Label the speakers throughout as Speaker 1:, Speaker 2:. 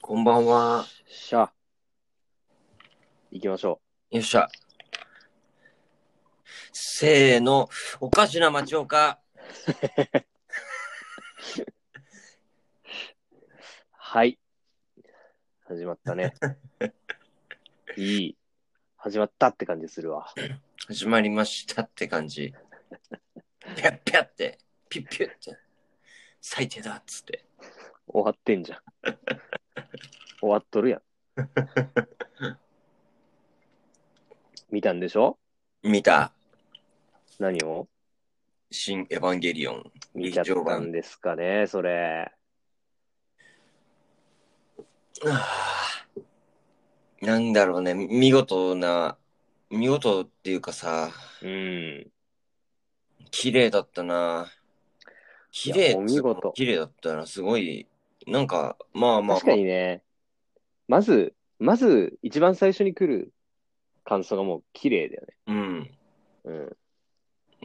Speaker 1: こんばんは。
Speaker 2: しゃあ。行きましょ
Speaker 1: よっしゃ。せーの、おかしな町岡。
Speaker 2: う。はい。始まった ね。いい。始まったって感じするわ。
Speaker 1: 始まりましたって感じ。ぴゃっぴゃって、ぴゅっぴゅって、最低だっつって。
Speaker 2: 終わってんじゃん。終わっとるやん。 見たんでしょ
Speaker 1: 見た、
Speaker 2: 何を
Speaker 1: 新エヴァンゲリオン。
Speaker 2: 見ちゃったんですかね、それ。
Speaker 1: はぁなんだろうね、見事な、見事っていうかさ、
Speaker 2: うん。
Speaker 1: 綺麗だったな。綺麗
Speaker 2: いやお見事
Speaker 1: 綺麗だったな、すごい。なんか、まあまあ、
Speaker 2: 確かにね、まず、まず、一番最初に来る感想がもう綺麗だよね。
Speaker 1: うん。
Speaker 2: う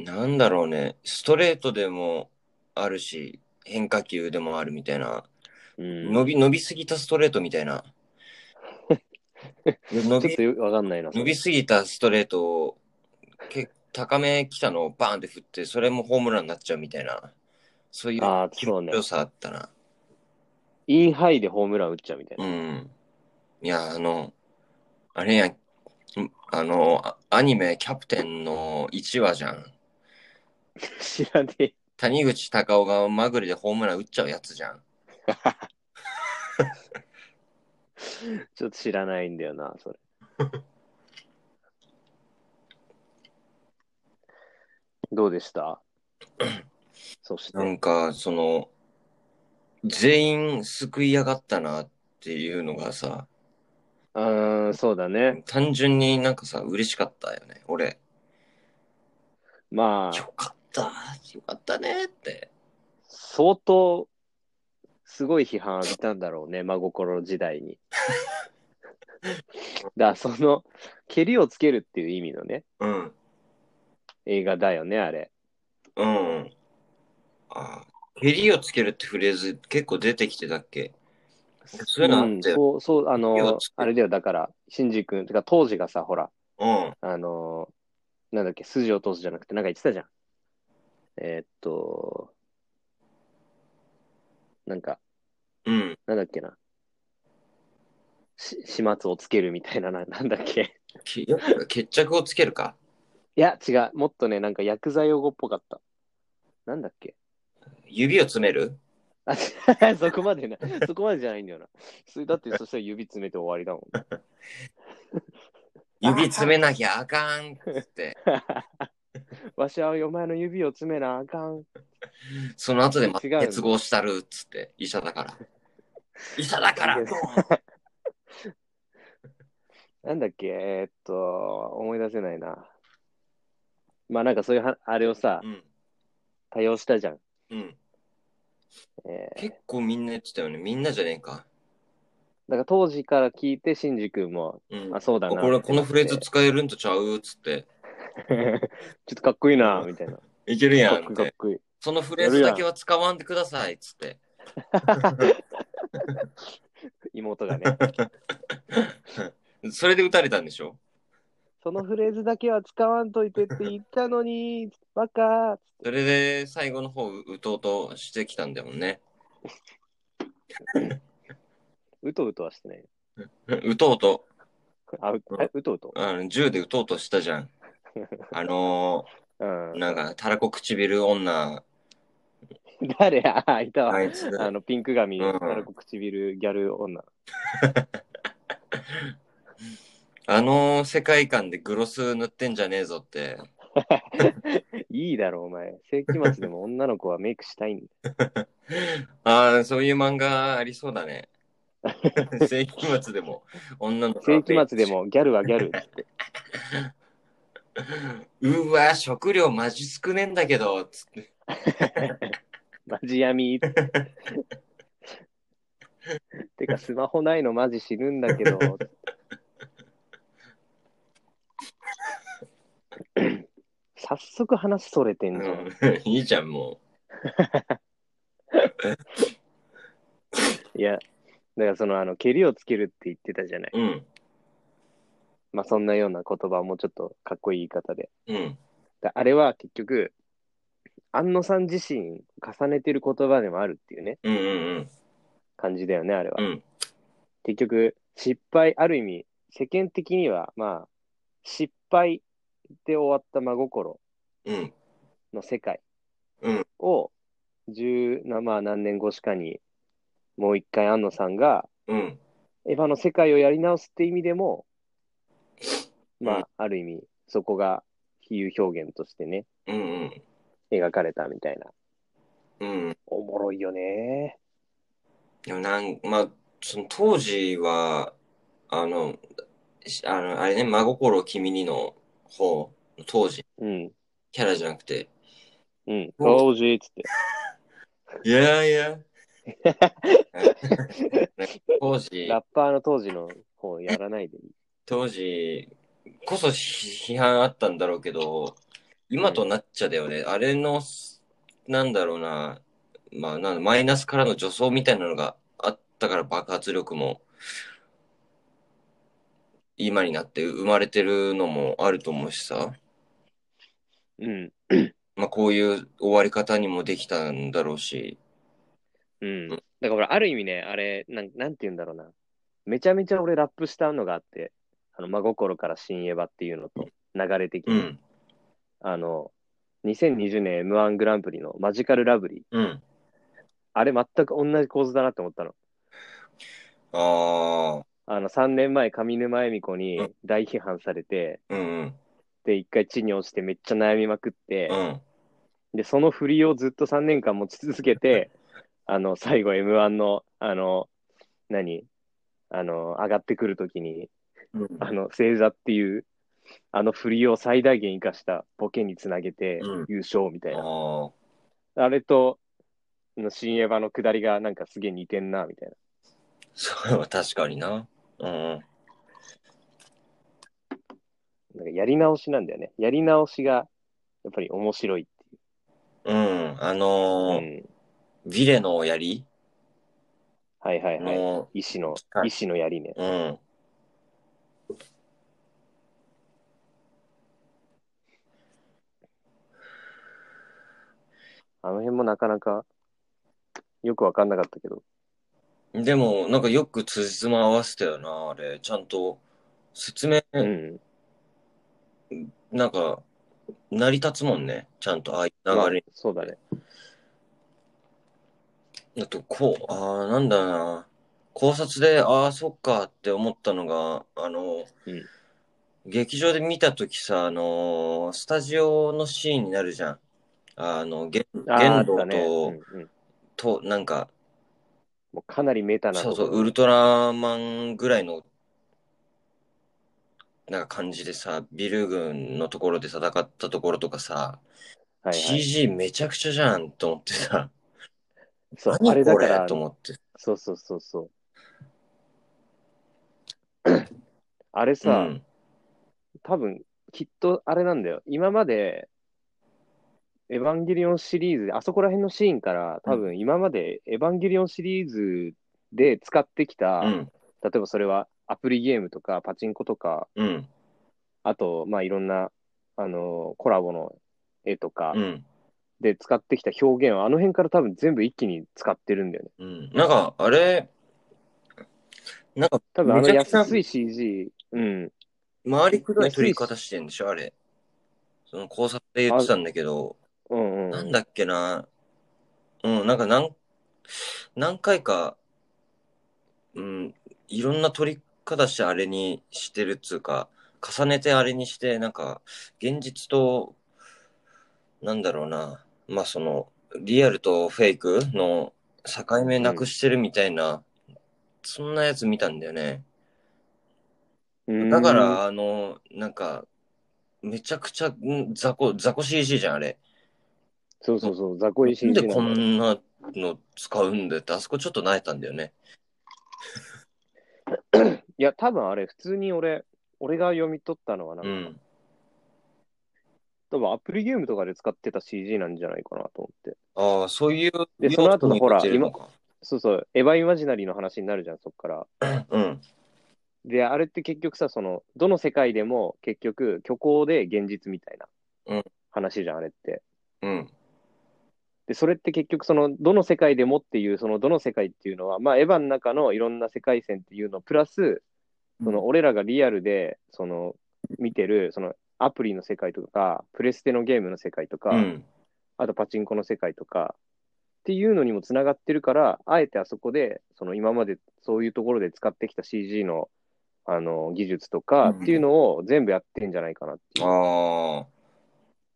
Speaker 2: ん。
Speaker 1: なんだろうね、ストレートでもあるし、変化球でもあるみたいな、
Speaker 2: うん、
Speaker 1: 伸び伸びすぎたストレートみたい な。伸
Speaker 2: ちょっ
Speaker 1: び
Speaker 2: とよくわかんないな。それ
Speaker 1: 伸びすぎたストレートをけ高め来たのをバーンって振って、それもホームランになっちゃうみたいな、そういう
Speaker 2: あー
Speaker 1: 気
Speaker 2: そう
Speaker 1: 持
Speaker 2: ね
Speaker 1: ちよさあったな。
Speaker 2: インハイでホームラン打っちゃうみたいな。
Speaker 1: うん。いや、あの、あれやん、んあの、あアニメキャプテンの1話じゃん。
Speaker 2: 知らねえ。
Speaker 1: 谷口隆夫がまぐれでホームラン打っちゃうやつじゃん。
Speaker 2: ちょっと知らないんだよな、それ。どうでしたそして
Speaker 1: な。んか、その、全員救い上がったなっていうのがさ、
Speaker 2: うーん、そうだね。
Speaker 1: 単純になんかさ、嬉しかったよね。俺、
Speaker 2: まあ、
Speaker 1: よかった、よかったねって。
Speaker 2: 相当、すごい批判浴びたんだろうね、真心時 代に。だからその、蹴りをつけるっていう意味のね、
Speaker 1: うん、
Speaker 2: 映画だよね、あれ。
Speaker 1: うん。あ、ヘリをつけるってフレーズ結構出てきてたっけそういうのあったよ
Speaker 2: うんそう、そう、あ
Speaker 1: いや
Speaker 2: の、あれだよ、だから、シンジ君、てか当時がさ、ほら、
Speaker 1: うん、
Speaker 2: あの、なんだっけ、筋を通すじゃなくて、なんか言ってたじゃん。えーっと、なんか、
Speaker 1: うん。
Speaker 2: なんだっけな。し始末をつけるみたいな、ななんだっけ。
Speaker 1: きよく決着をつけるか。
Speaker 2: いや、違う。もっとね、なんか薬剤用語っぽかった。なんだっけ。
Speaker 1: 指を詰める
Speaker 2: あそこまでな、そこまでじゃないんだよな。それだって、そしたら指詰めて終わりだもん。
Speaker 1: 指詰めなきゃあかんっつって。
Speaker 2: わしはお前の指を詰めなあかん。
Speaker 1: その後でまた
Speaker 2: 違うんだ
Speaker 1: 結合したるっつって、医者だから。医者だから
Speaker 2: いや
Speaker 1: ド
Speaker 2: なんだっけ、えーっと、思い出せないな。まあなんかそういうは、あれをさ、
Speaker 1: ンうん、
Speaker 2: 多用したじゃん。
Speaker 1: うん。
Speaker 2: えー
Speaker 1: 結構みんな言ってたよね。みんなじゃねえか。
Speaker 2: だから当時から聞いて、シンジ君も、
Speaker 1: うん。
Speaker 2: あ、そうだな。
Speaker 1: これこのフレーズ
Speaker 2: ち
Speaker 1: 使えるんとちゃうっつって。
Speaker 2: ょっとかっこいいな、みたいな。
Speaker 1: いけるや
Speaker 2: か
Speaker 1: んっ。
Speaker 2: っこいいかってこいい。
Speaker 1: そのフレーズだけは使わんでくださいっつって。
Speaker 2: 妹 がね。
Speaker 1: それで打たれたんでしょ
Speaker 2: そのフレーズだけは使わんといてって言ったのに、バカー。
Speaker 1: それで最後の方打とうとしてきたんだもんね。
Speaker 2: うとうとはしてない。
Speaker 1: 打とうと
Speaker 2: あ、うえうとうと。
Speaker 1: あの銃で撃とうとしたじ ゃん。あの
Speaker 2: うん
Speaker 1: ー、。なんか、たらこ唇女、
Speaker 2: 誰 あ、いたわ。
Speaker 1: あいつ、
Speaker 2: あの、ピンク髪、
Speaker 1: うん
Speaker 2: たらこ唇、ギャル女。
Speaker 1: あの世界観でグロス塗ってんじゃねえぞって。
Speaker 2: いいだろ、お前。世紀末でも女の子はメイクしたいんだ。
Speaker 1: ああ、そういう漫画ありそうだね。 世紀末でも、女の子は
Speaker 2: 世紀末で。もギャルはギャル。
Speaker 1: うわ、食料マジ少ねえんだけど、つって。
Speaker 2: マジ闇。てか、スマホないのマジ死ぬんだけど。早速話それてん
Speaker 1: う
Speaker 2: じゃん。
Speaker 1: ん、 いいじゃん、も
Speaker 2: いや、だからその、あの、蹴りをつけるって言ってたじゃない。
Speaker 1: うん。
Speaker 2: まあ、そんなような言葉をもうちょっとかっこいい言い方で。
Speaker 1: うん。
Speaker 2: だあれは結局、安野さん自身重ねてる言葉でもあるっていうね、
Speaker 1: うんうん
Speaker 2: 感じだよね、あれは。
Speaker 1: うん。うん。
Speaker 2: 結局、失敗、ある意味、世間的には、まあ、失敗で終わった真心
Speaker 1: うん。
Speaker 2: の世界
Speaker 1: うん
Speaker 2: を、十、なまあ、何年越しかに、もう一回安野さんが、
Speaker 1: うん。
Speaker 2: エヴァの世界をやり直すって意味でも、
Speaker 1: う
Speaker 2: ま
Speaker 1: ん
Speaker 2: あ、ある意味、そこが比喩表現としてね、
Speaker 1: うんうん。
Speaker 2: 描かれたみたいな。
Speaker 1: うん。
Speaker 2: おもろいよね。
Speaker 1: でもなん、まあ、その当時は、あの、しあの、あれね、真心を君にの方、当時、
Speaker 2: うん。
Speaker 1: キャラじゃなくて、
Speaker 2: うん。
Speaker 1: うん
Speaker 2: 当時、つって。
Speaker 1: いやい や。当時、
Speaker 2: ラッパーの当時の方やらないでいい。
Speaker 1: 当時こそ批判あったんだろうけど、今となっちゃだよね。あれの、なんだろうな、まあなんだマイナスからの助走みたいなのがあったから爆発力も、今になって生まれてるのもあると思うしさ、
Speaker 2: うん。
Speaker 1: まあこういう終わり方にもできたんだろうし、
Speaker 2: うん。だからほら、ある意味ね、あれ、なんなんて言うんだろうな。めちゃめちゃ俺ラップしたのがあって、あの、真心から新エヴァっていうのと、流れ的
Speaker 1: う
Speaker 2: に、
Speaker 1: ん、
Speaker 2: あの、2020年 M1 グランプリのマジカルラブリー。
Speaker 1: うん。
Speaker 2: あれ全く同じ構図だなって思ったの。
Speaker 1: ああ、
Speaker 2: あの、3年前、上沼恵美子
Speaker 1: う
Speaker 2: に大批判されて、
Speaker 1: うんうん、
Speaker 2: で、一回地に落ちてめっちゃ悩みまくって
Speaker 1: う、ん。
Speaker 2: で、その振りをずっと3年間持ち続 けて、あの、最後 M1 の、あの、何あの、上がってくるときに、
Speaker 1: うん
Speaker 2: あの、正座っていう、あの振りを最大限活かしたボケにつなげて
Speaker 1: うん
Speaker 2: 優勝みたいな。
Speaker 1: ああ、
Speaker 2: あれと、あの新エヴァの下りがなんかすげえ似てんな、みたいな。
Speaker 1: それは確かにな。うん。
Speaker 2: なんかやり直しなんだよね。やり直しが、やっぱり面白いってい
Speaker 1: う
Speaker 2: う。
Speaker 1: ん。あのー
Speaker 2: うん。
Speaker 1: ビレの槍
Speaker 2: はいはいはい。
Speaker 1: の、
Speaker 2: 医師の
Speaker 1: は、い
Speaker 2: 医師のやりね。
Speaker 1: うん。
Speaker 2: あの辺もなかなか、よくわかんなかったけど。
Speaker 1: でも、なんかよく辻褄合わせたよな、あれ。ちゃんと説明、
Speaker 2: うん。
Speaker 1: なんか、成り立つもんね。ちゃんと、ああいう
Speaker 2: まあ
Speaker 1: 流れ
Speaker 2: そうだね。
Speaker 1: だと、こう、ああ、なんだな。考察で、ああ、そっかって思ったのが、あの、
Speaker 2: うん
Speaker 1: 劇場で見たときさ、あのスタジオのシーンになるじゃん。あの、げ
Speaker 2: あーあ
Speaker 1: 玄
Speaker 2: っ
Speaker 1: 道
Speaker 2: た
Speaker 1: と、
Speaker 2: ね。うんうん
Speaker 1: と、なんか、
Speaker 2: もうかなりメタな
Speaker 1: そう
Speaker 2: とこ
Speaker 1: そう、ウルトラマンぐらいの、なんか感じでさ、ビル軍のところで戦ったところとかさ、
Speaker 2: はいはい
Speaker 1: CG めちゃくちゃじゃんと思ってさ、
Speaker 2: そう、あ
Speaker 1: 何
Speaker 2: れだ
Speaker 1: こ
Speaker 2: か
Speaker 1: れ
Speaker 2: ら
Speaker 1: と、思って。
Speaker 2: そうそうそうそう。あれ
Speaker 1: う
Speaker 2: さ、
Speaker 1: ん。
Speaker 2: 多分、きっとあれなんだよ。今まで、エヴァンゲリオンシリーズで、あそこら辺のシーンから、多分今までエヴァンゲリオンシリーズで使ってきた、
Speaker 1: うん。
Speaker 2: 例えばそれはアプリゲームとかパチンコとか、
Speaker 1: うん。
Speaker 2: あと、まあいろんな、あのコラボの絵とか
Speaker 1: うん。
Speaker 2: で使ってきた表現を、あの辺から多分全部一気に使ってるんだよね。
Speaker 1: うん。なんか、あれ、なんか、
Speaker 2: 多分あの
Speaker 1: めちゃくちゃ
Speaker 2: 安い CG、うん、
Speaker 1: 回りくどい取り方してんでしょあれ。その考察で言ってたんだけど、
Speaker 2: うんう
Speaker 1: なん
Speaker 2: ん。
Speaker 1: だっけな。うん、なんか何、何回か、うん、いろんな取り方してあれにしてるっつうか、重ねてあれにして、なんか、現実と、なんだろうな、まあその、リアルとフェイクの境目なくしてるみたいな、そんなやつ見たんだよね。
Speaker 2: うん
Speaker 1: だから、あの、なんか、めちゃくちゃ、ん雑魚、雑魚 CG じゃん、あれ。
Speaker 2: そうそうそう、雑魚い
Speaker 1: なん
Speaker 2: CG
Speaker 1: で
Speaker 2: な
Speaker 1: こ
Speaker 2: んだよ
Speaker 1: んなの使うんだって、あそこちょっと泣いたんだよね。
Speaker 2: いや、多分あれ、普通に俺、俺が読み取ったのはなん
Speaker 1: う
Speaker 2: か、
Speaker 1: ん。
Speaker 2: 多分アプリゲームとかで使ってた CG なんじゃないかなと思って。
Speaker 1: ああ、そういう。
Speaker 2: でその後のほら
Speaker 1: 今。
Speaker 2: そうそう、エヴァイマジナリーの話になるじゃん、そっから。
Speaker 1: うん。
Speaker 2: で、あれって結局さ、その、どの世界でも結局虚構で現実みたい
Speaker 1: うん
Speaker 2: な話じゃん、あれって。
Speaker 1: うん。
Speaker 2: で、それって結局その、どの世界でもっていう、その、どの世界っていうのは、まあ、エヴァの中のいろんな世界線っていうの、プラス、その、俺らがリアルで、その、見てる、その、アプリの世界とか、プレステのゲームの世界とか、
Speaker 1: うん。
Speaker 2: あとパチンコの世界とか、っていうのにもつながってるから、あえてあそこで、その今までそういうところで使ってきた CG の、あの、技術とか
Speaker 1: うん
Speaker 2: っていうのを全部やってんじゃないかなっていう。
Speaker 1: ああ。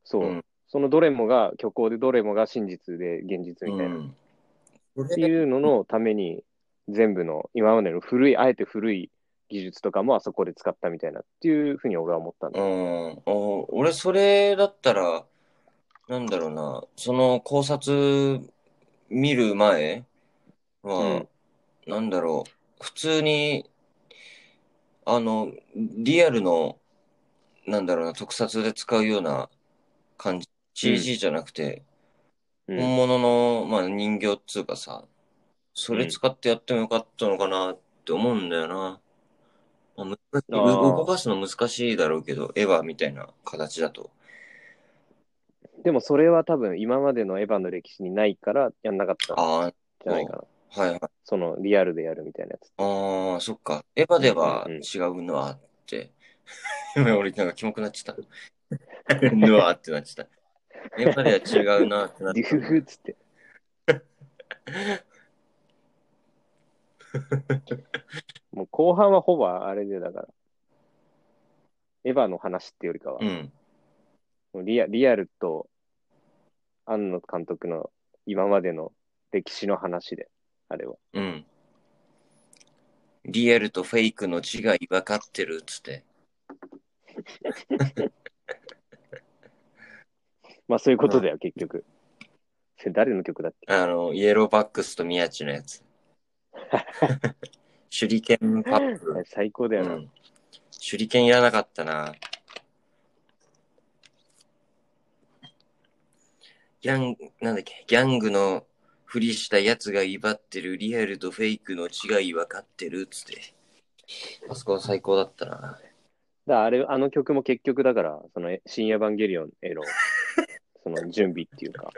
Speaker 2: そう。
Speaker 1: うん
Speaker 2: そのどれもが虚構でどれもが真実で現実みたいな。っ
Speaker 1: ん。こ
Speaker 2: て
Speaker 1: れ
Speaker 2: いうののために、全部の今までの古い、あえて古い技術とかもあそこで使ったみたいなっていうふうに俺は思ったん
Speaker 1: う
Speaker 2: だ。
Speaker 1: ん。お俺、それだったら、なんだろうな、その考察見る前は、なんだろう、普通に、あの、リアルの、なんだろうな、特撮で使うような感じ、CG じゃなくて、
Speaker 2: うん。
Speaker 1: 本物の、まあ、人形っつうかさ、それ使ってやってもよかったのかなって思うんだよな。まあ、難しい
Speaker 2: あー
Speaker 1: 動かすの難しいだろうけど、エヴァみたいな形だと。
Speaker 2: でもそれは多分今までのエヴァの歴史にないからやんなかったん
Speaker 1: あ
Speaker 2: じゃないかな。
Speaker 1: あ、はいはい。
Speaker 2: そのリアルでやるみたいなやつ。
Speaker 1: ああ、そっか。エヴァでは
Speaker 2: うんうん
Speaker 1: 違うのはって。 今俺なんかキモくなっちゃった。 のはってなっちゃった。エヴァでは違うなってなっ
Speaker 2: デュ フフっつって。もう後半はほぼあれでだから。エヴァの話ってよりかは、
Speaker 1: うん。
Speaker 2: もうリアリアルと庵野監督の今までの歴史の話で、あれは。
Speaker 1: うん。リアルとフェイクの違い分かってるっつって。
Speaker 2: まあそういうことだよ、結局。それ誰の曲だっけ
Speaker 1: あの、イエローバックスと宮地のや つ。手裏剣パップ。
Speaker 2: 最高だ
Speaker 1: う
Speaker 2: よな。
Speaker 1: ん。手裏剣いらなかったな。ギャン、なんだっけ、ギャングのふりしたやつが威張ってるリアルとフェイクの違い分かってるっつって。あそこ最高だったな。
Speaker 2: だからあれ、あの曲も結局だから、その、え新エヴァンゲリオン への、その準備っていうか、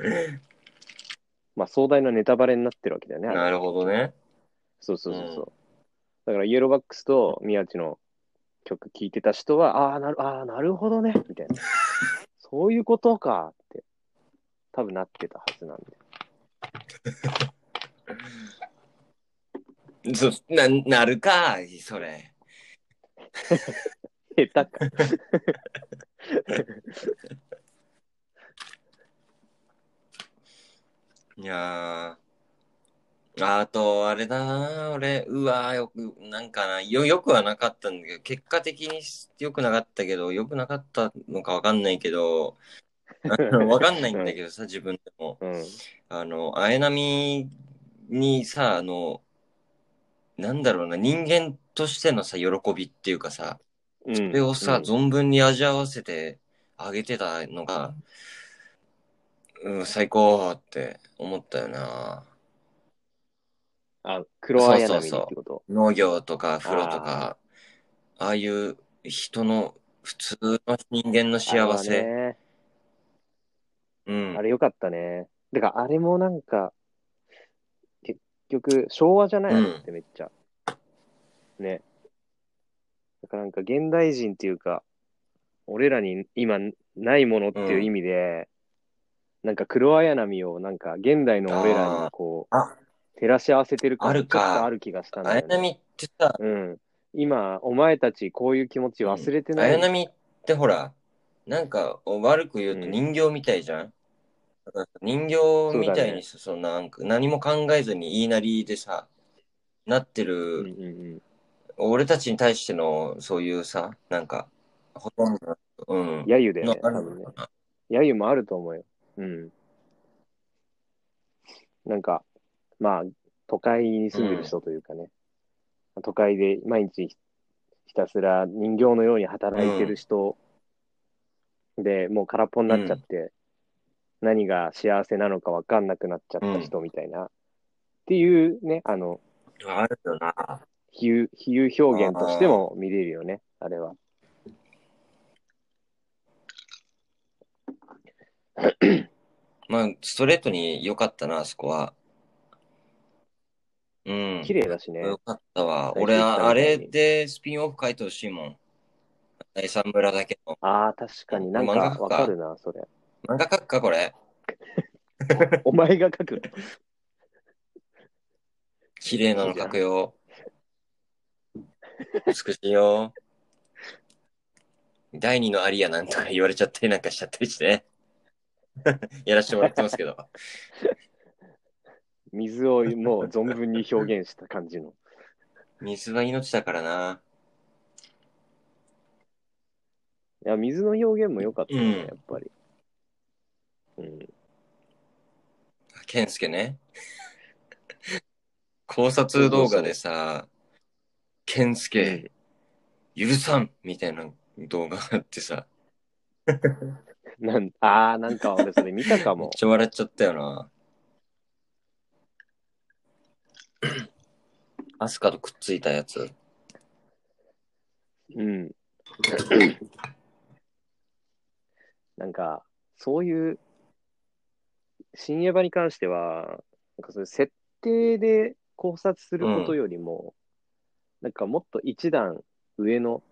Speaker 2: まあ壮大なネタバレになってるわけだよね、あれ
Speaker 1: なるほどね。
Speaker 2: そうそうそうそう。だから、イエローバックスと宮地の曲聴いてた人は、ああ、なる、ああ、なるほどね、みたいな。そういうことかって、多分なってたはずなんで。
Speaker 1: そな、なるかい、それ。
Speaker 2: 下手か。
Speaker 1: いやー。あと、あれだな、俺、うわー、よく、なんかな、よ、よくはなかったんだけど、結果的によくなかったけど、よくなかったのかわかんないけど、わかんないんだけどさ、自分でも。
Speaker 2: うん。
Speaker 1: あの、綾波にさ、あの、なんだろうな、人間としてのさ、喜びっていうかさ、
Speaker 2: うん、
Speaker 1: それをさ、
Speaker 2: うん
Speaker 1: 存分に味合わせてあげてたのが、うん、最高って思ったよな。
Speaker 2: あ、黒綾波
Speaker 1: そうそうそう
Speaker 2: ってこと。
Speaker 1: 農業とか風呂とか、ああいう人の、普通の人間の幸
Speaker 2: あれ
Speaker 1: せ。
Speaker 2: はね
Speaker 1: うん
Speaker 2: あ。れよかったね。てか、あれもなんか、結局、昭和じゃない
Speaker 1: うん
Speaker 2: あれってめっちゃ。ね。だからなんか、現代人っていうか、俺らに今ないものっていう意味で、なんか黒綾波をなんか、現代の俺らにこう、
Speaker 1: あ
Speaker 2: 照らし合わせてる
Speaker 1: あ
Speaker 2: 感
Speaker 1: る
Speaker 2: じちょ
Speaker 1: か
Speaker 2: っとある気がしたんだ
Speaker 1: 綾
Speaker 2: よね。
Speaker 1: 波ってさ、
Speaker 2: うん。今、お前たちこういう気持ち忘れてない。
Speaker 1: 綾波ってほら、なんか悪く言うと
Speaker 2: うん
Speaker 1: 人形みたいじゃん、だから人形みたいにさそ、んななんか何も考えずに言いなりでさ、なって
Speaker 2: うん
Speaker 1: る、
Speaker 2: うん
Speaker 1: 俺たちに対してのそういうさ、なんか、ほとんど、うん
Speaker 2: うん。。揶揄だよ
Speaker 1: の
Speaker 2: ね。
Speaker 1: あ
Speaker 2: 多
Speaker 1: る
Speaker 2: 分ね
Speaker 1: のかな
Speaker 2: 揶揄もあると思うよ。うん。なんか、まあ、都会に住んでる人というかね、都会で毎日ひひたすら人形のように働いてる人で、もう空っぽになっちゃって、何が幸せなのか分かんなくなっちゃった人みたいな、っていうね、あの、
Speaker 1: あるよな。
Speaker 2: 比喩、比喩表現としても見れるよね、あれは。
Speaker 1: まあ、ストレートに良かったな、あそこは。うん。
Speaker 2: 綺麗だしね。
Speaker 1: よかったわ。
Speaker 2: 最
Speaker 1: 俺、
Speaker 2: 終回みたいに
Speaker 1: あれでスピンオフ書いてほしいもん。第三村だけの。
Speaker 2: ああ、確かになんか
Speaker 1: 漫画家か
Speaker 2: わかるな、それ。
Speaker 1: 漫画書くか、これ。
Speaker 2: お前が書く。
Speaker 1: 綺麗なの書くよ。美しいよ。第二のアリアなんとか言われちゃったりなんかしちゃったりしてね。やらせてもらってますけど。
Speaker 2: 水をもう存分に表現した感じの。
Speaker 1: 水は命だからな。
Speaker 2: いや、水の表現も良かったよね、
Speaker 1: うん
Speaker 2: やっぱり。うん。
Speaker 1: 健介ね。考察動画でさ、健介、許さんみたいな動画があってさ、
Speaker 2: なんああ、なんか俺それ見たか
Speaker 1: めっ
Speaker 2: も。
Speaker 1: ちゃ笑っちゃったよ な。アスカとくっついたやつ。
Speaker 2: うん。なんか、そういう、新エヴァに関しては、なんかそういう設定で考察することよりも、なんかもっと一段上の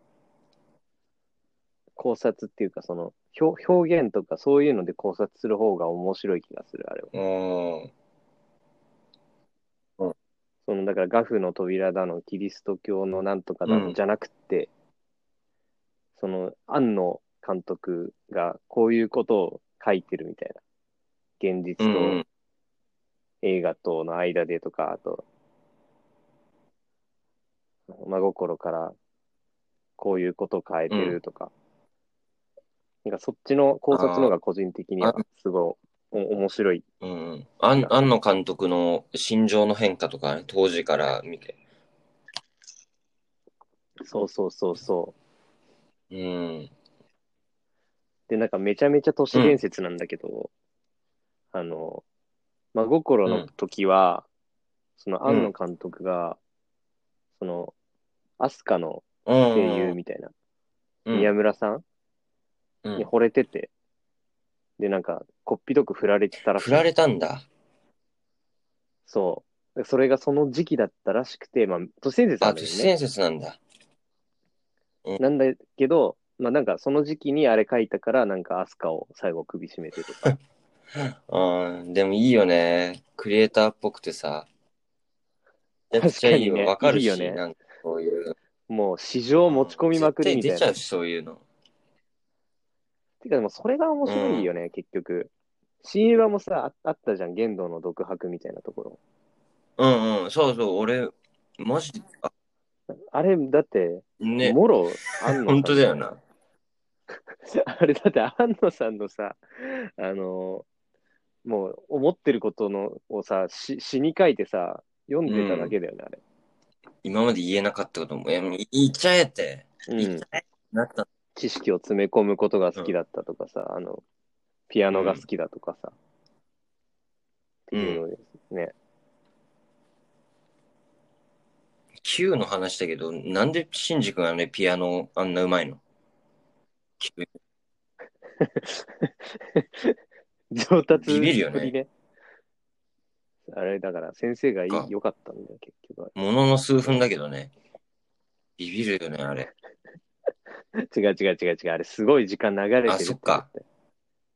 Speaker 2: 考察っていうか、その表表現とかそういうので考察する方が面白い気がする、あれは。
Speaker 1: うん。
Speaker 2: そのだからガフの扉だの、キリスト教のなんとかだ
Speaker 1: う
Speaker 2: の
Speaker 1: ん
Speaker 2: じゃなくて、その、庵野監督がこういうことを書いてるみたいな。現実
Speaker 1: うんう
Speaker 2: と
Speaker 1: ん。
Speaker 2: 映画との間でとか、あと、真心からこういうことを変えてるとか、なんかそっちの考察の方が個人的には
Speaker 1: あ
Speaker 2: すごいお面白い。
Speaker 1: うんうん。あん、庵野監督の心情の変化とかね、当時から見て。
Speaker 2: そうそうそうそう。
Speaker 1: うん。
Speaker 2: で、なんかめちゃめちゃ都市伝説なんだけど、あの、真心の時は、その庵野監督が、その、アスカの
Speaker 1: うん。
Speaker 2: 声優みたい
Speaker 1: う
Speaker 2: な、
Speaker 1: ん
Speaker 2: 宮村さん
Speaker 1: うん
Speaker 2: に惚れてて、で、なんか、こっぴどく振られてたらしい
Speaker 1: 振られたんだ。
Speaker 2: そう。でそれがその時期だったらしくて、まあ、都市伝説な
Speaker 1: あ、
Speaker 2: んだ
Speaker 1: 都
Speaker 2: けど
Speaker 1: 市
Speaker 2: ね。
Speaker 1: 伝説なんだ。
Speaker 2: なんだけど、まあなんかその時期にあれ書いたから、なんかアスカを最後首絞めてとか。
Speaker 1: うん、でもいいよね。クリエイターっぽくてさ。めちゃくちゃいい
Speaker 2: 確かにね
Speaker 1: よ。わかる
Speaker 2: い
Speaker 1: し、
Speaker 2: いよね
Speaker 1: なんかそういう。
Speaker 2: もう市場持ち込みまくりみたいな。
Speaker 1: 絶対出ちゃうし、そういうの。
Speaker 2: てかでもそれが面白いよね、結局。新映画もさあ、あったじゃん、言動の独白みたいなところ。
Speaker 1: うんうん、そうそう、俺、マジで、あ、
Speaker 2: あれ、だって、
Speaker 1: ね、
Speaker 2: もろ、安野さん。
Speaker 1: 本当だよ。な。
Speaker 2: あれ、だって、安野さんのさ、あのーもう、思ってることのをさ、し詩に書いてさ、読んでただけだよね、あれ。
Speaker 1: 今まで言えなかったことも、いやもう言っちゃえって。
Speaker 2: う
Speaker 1: 言っ
Speaker 2: ん
Speaker 1: ち。ゃえなった。
Speaker 2: 知識を詰め込むことが好きだったとかさ、あの、ピアノが好きだとかさ。
Speaker 1: うん
Speaker 2: っていうのですね。
Speaker 1: Q の話だけど、なんでシンジ君あれピアノあんなうまいの ?Q
Speaker 2: 上達
Speaker 1: ビビるよ
Speaker 2: ぶりね。あれ、だから先生がいい
Speaker 1: か
Speaker 2: 良かったんだよ、結局は。
Speaker 1: ものの数分だけどね。ビビるよね、あれ。
Speaker 2: 違う違う違う違う。あれ、すごい時間流れてる
Speaker 1: あそっか
Speaker 2: て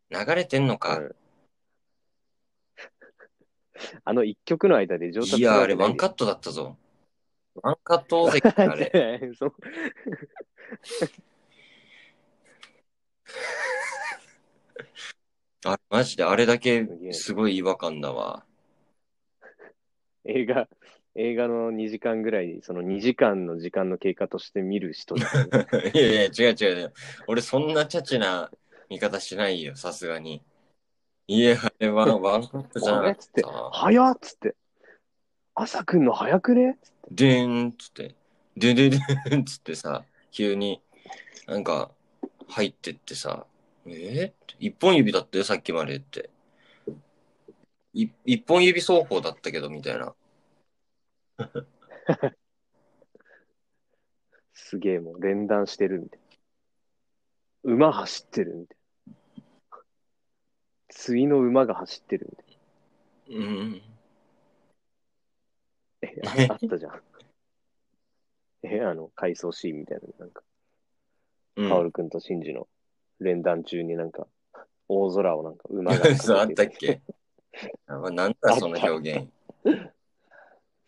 Speaker 1: 流れてんの
Speaker 2: 思
Speaker 1: か。
Speaker 2: って。うんあの一曲の間で上達
Speaker 1: いや、あれ、ワン
Speaker 2: ッ
Speaker 1: カットだったぞ。ワンカット大関あ れ。
Speaker 2: れ。そう
Speaker 1: あマジで、あれだけすごい違和感だわ。
Speaker 2: 映画、映画の2時間ぐらい、その2時間の時間の経過として見 る人だよね
Speaker 1: いやいや、違う違う違う。俺、そんなチャチな見方しないよ、さすがに。いや、あれ はワンカットじゃ
Speaker 2: あれ
Speaker 1: な
Speaker 2: っ
Speaker 1: く
Speaker 2: つってて、早っつって。朝くんの早くね
Speaker 1: でーんっつって、でででーんっつってさ、急になんか入ってってさ、えーって一本指だったよ、さっきまでって。い一本指奏法だったけど、みたいな。
Speaker 2: すげえもう連弾してるみたいな。馬走ってるみたいな。次の馬が走ってるみたい
Speaker 1: うん。
Speaker 2: な。えああったじゃん。 え、あの、回想シーンみたいな、なんか、
Speaker 1: うん。
Speaker 2: カオルくんとシンジの連弾中になんか、大空をなんか馬が 走てる。
Speaker 1: 嘘あったっけやばなんだその表現。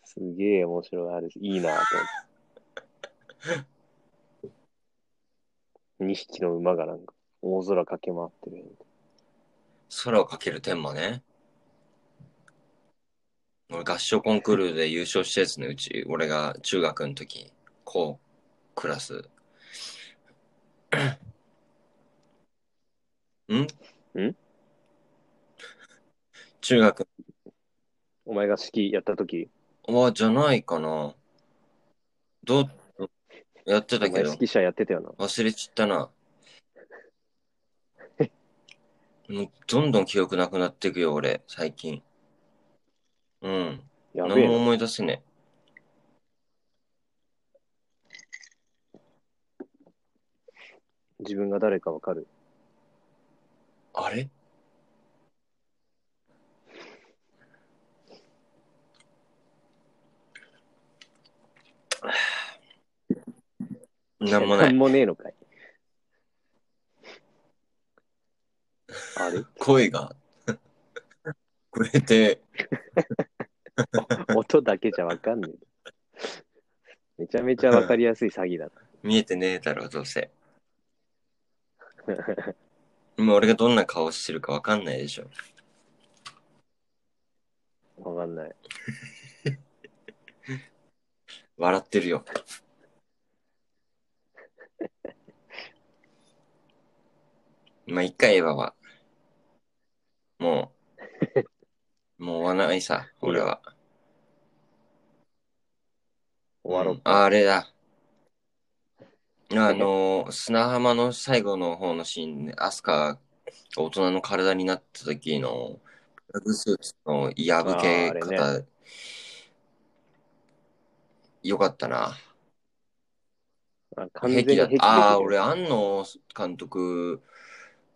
Speaker 2: すげえ面白い。あれ、いいなぁと 思って。2匹の馬がなんか、大空駆け回ってる。
Speaker 1: 空をかける天馬ね。俺合唱コンクールで優勝したやつのうち、俺が中学の時、こう、クラス。 ん
Speaker 2: ん
Speaker 1: 中学、
Speaker 2: お前が指揮やった時、
Speaker 1: はじゃないかな。どう、やって
Speaker 2: お前
Speaker 1: たけど
Speaker 2: 指。揮者やってたよな。
Speaker 1: 忘れちった な。もうどんどん記憶なくなっていくよ、俺、最近。うん。
Speaker 2: やべ
Speaker 1: 何
Speaker 2: え
Speaker 1: も
Speaker 2: な。
Speaker 1: 思い出せね
Speaker 2: 自分が誰かわかる。
Speaker 1: え。あ れなんもない。
Speaker 2: もねえのかい。あれ
Speaker 1: 声が。くれて、
Speaker 2: 音だけじゃわかんねえ。めちゃめちゃわかりやすい詐欺だな。
Speaker 1: 見えてねえだろ、どうせ。今俺がどんな顔してるかわかんないでしょ。
Speaker 2: わかんない。
Speaker 1: 笑ってるよ。まあ、一回エヴァは。もう、もう終わらないさ、俺は。
Speaker 2: 終わろう。
Speaker 1: うんああれだ。あのー、砂浜の最後の方のシーンで、アスカが大人の体になった時の、プラグスーツの破け
Speaker 2: あーあ
Speaker 1: 方、よかったな。
Speaker 2: あ完全に
Speaker 1: 壁だ
Speaker 2: 壁
Speaker 1: ああ、
Speaker 2: 壁
Speaker 1: 俺、庵野監督、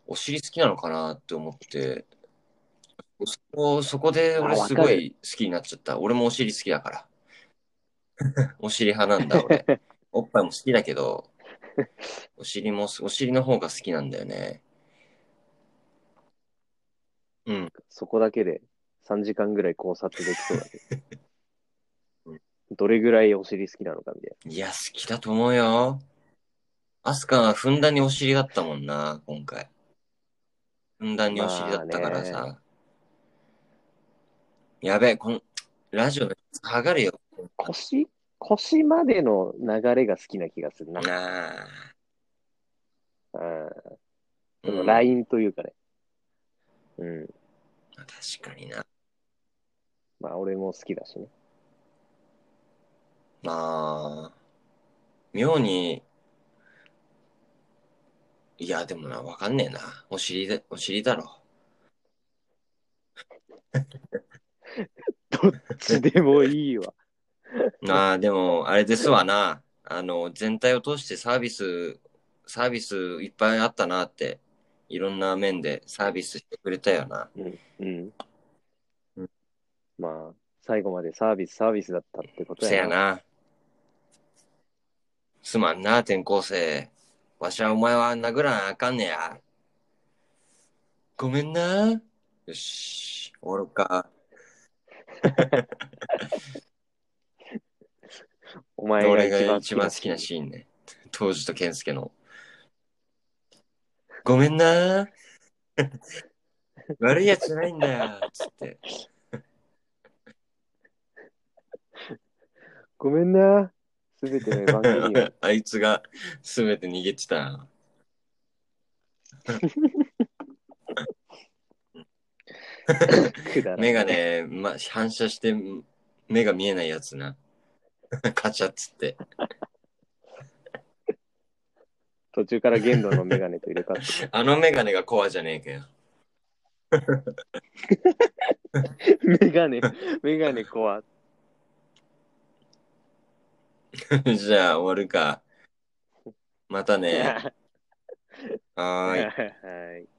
Speaker 1: お尻好きなのかなって思って、そこそこで俺
Speaker 2: あわ
Speaker 1: す
Speaker 2: かる
Speaker 1: ごい好きになっちゃった。俺もお尻好きだから。 お尻派なんだ、俺。 おっぱいも好きだけど、お尻も、お尻の方が好きなんだよね。うん。
Speaker 2: そこだけで3時間ぐらい考察できそうだけ
Speaker 1: う
Speaker 2: ど。どれぐらいお尻好きなのかみたい
Speaker 1: いや、好きだと思うよ。アスカはふんだんにお尻だったもんな、今回。ふんだんにお尻だったからさ。
Speaker 2: まあ
Speaker 1: やべえ、この、ラジオの下がるよ。
Speaker 2: な。腰腰までの流れが好きな気がするな。
Speaker 1: なあ。
Speaker 2: うん。その
Speaker 1: うん
Speaker 2: ラインというかね。うん。
Speaker 1: 確かにな。
Speaker 2: まあ俺も好きだしね。
Speaker 1: まあ、妙に、いや、でもな、わかんねえな。お尻で、お尻だろ。
Speaker 2: どっちでもいいわ。
Speaker 1: まあ、でも、あれですわな。あの、全体を通してサービス、サービスいっぱいあったなって、いろんな面でサービスしてくれたよな。
Speaker 2: うん。うん
Speaker 1: うん。
Speaker 2: まあ、最後までサービス、サービスだったってこと
Speaker 1: せ
Speaker 2: や
Speaker 1: や
Speaker 2: な。
Speaker 1: な。すまんな、転校生。わしはお前は殴らなあかんねや。ごめんな。よし、終わろうか。
Speaker 2: お前
Speaker 1: 俺
Speaker 2: が
Speaker 1: が一番好きなシーンね。当時と健介の。ごめんな。 悪いやつじゃないんだよ。つって。
Speaker 2: ごめんな。すべてのエヴァンゲリオン
Speaker 1: あいつが全て逃げてた。
Speaker 2: くだら ない
Speaker 1: 目が。ね、ま、反射して目が見えないやつな。カチャっつって。
Speaker 2: 途中から玄度のメガネと入れ替わって。
Speaker 1: あのメガネがコアじゃねえかよ。
Speaker 2: メガネ、メガネ怖い。
Speaker 1: じゃあ、終わ るか。またね。はーい。
Speaker 2: はい。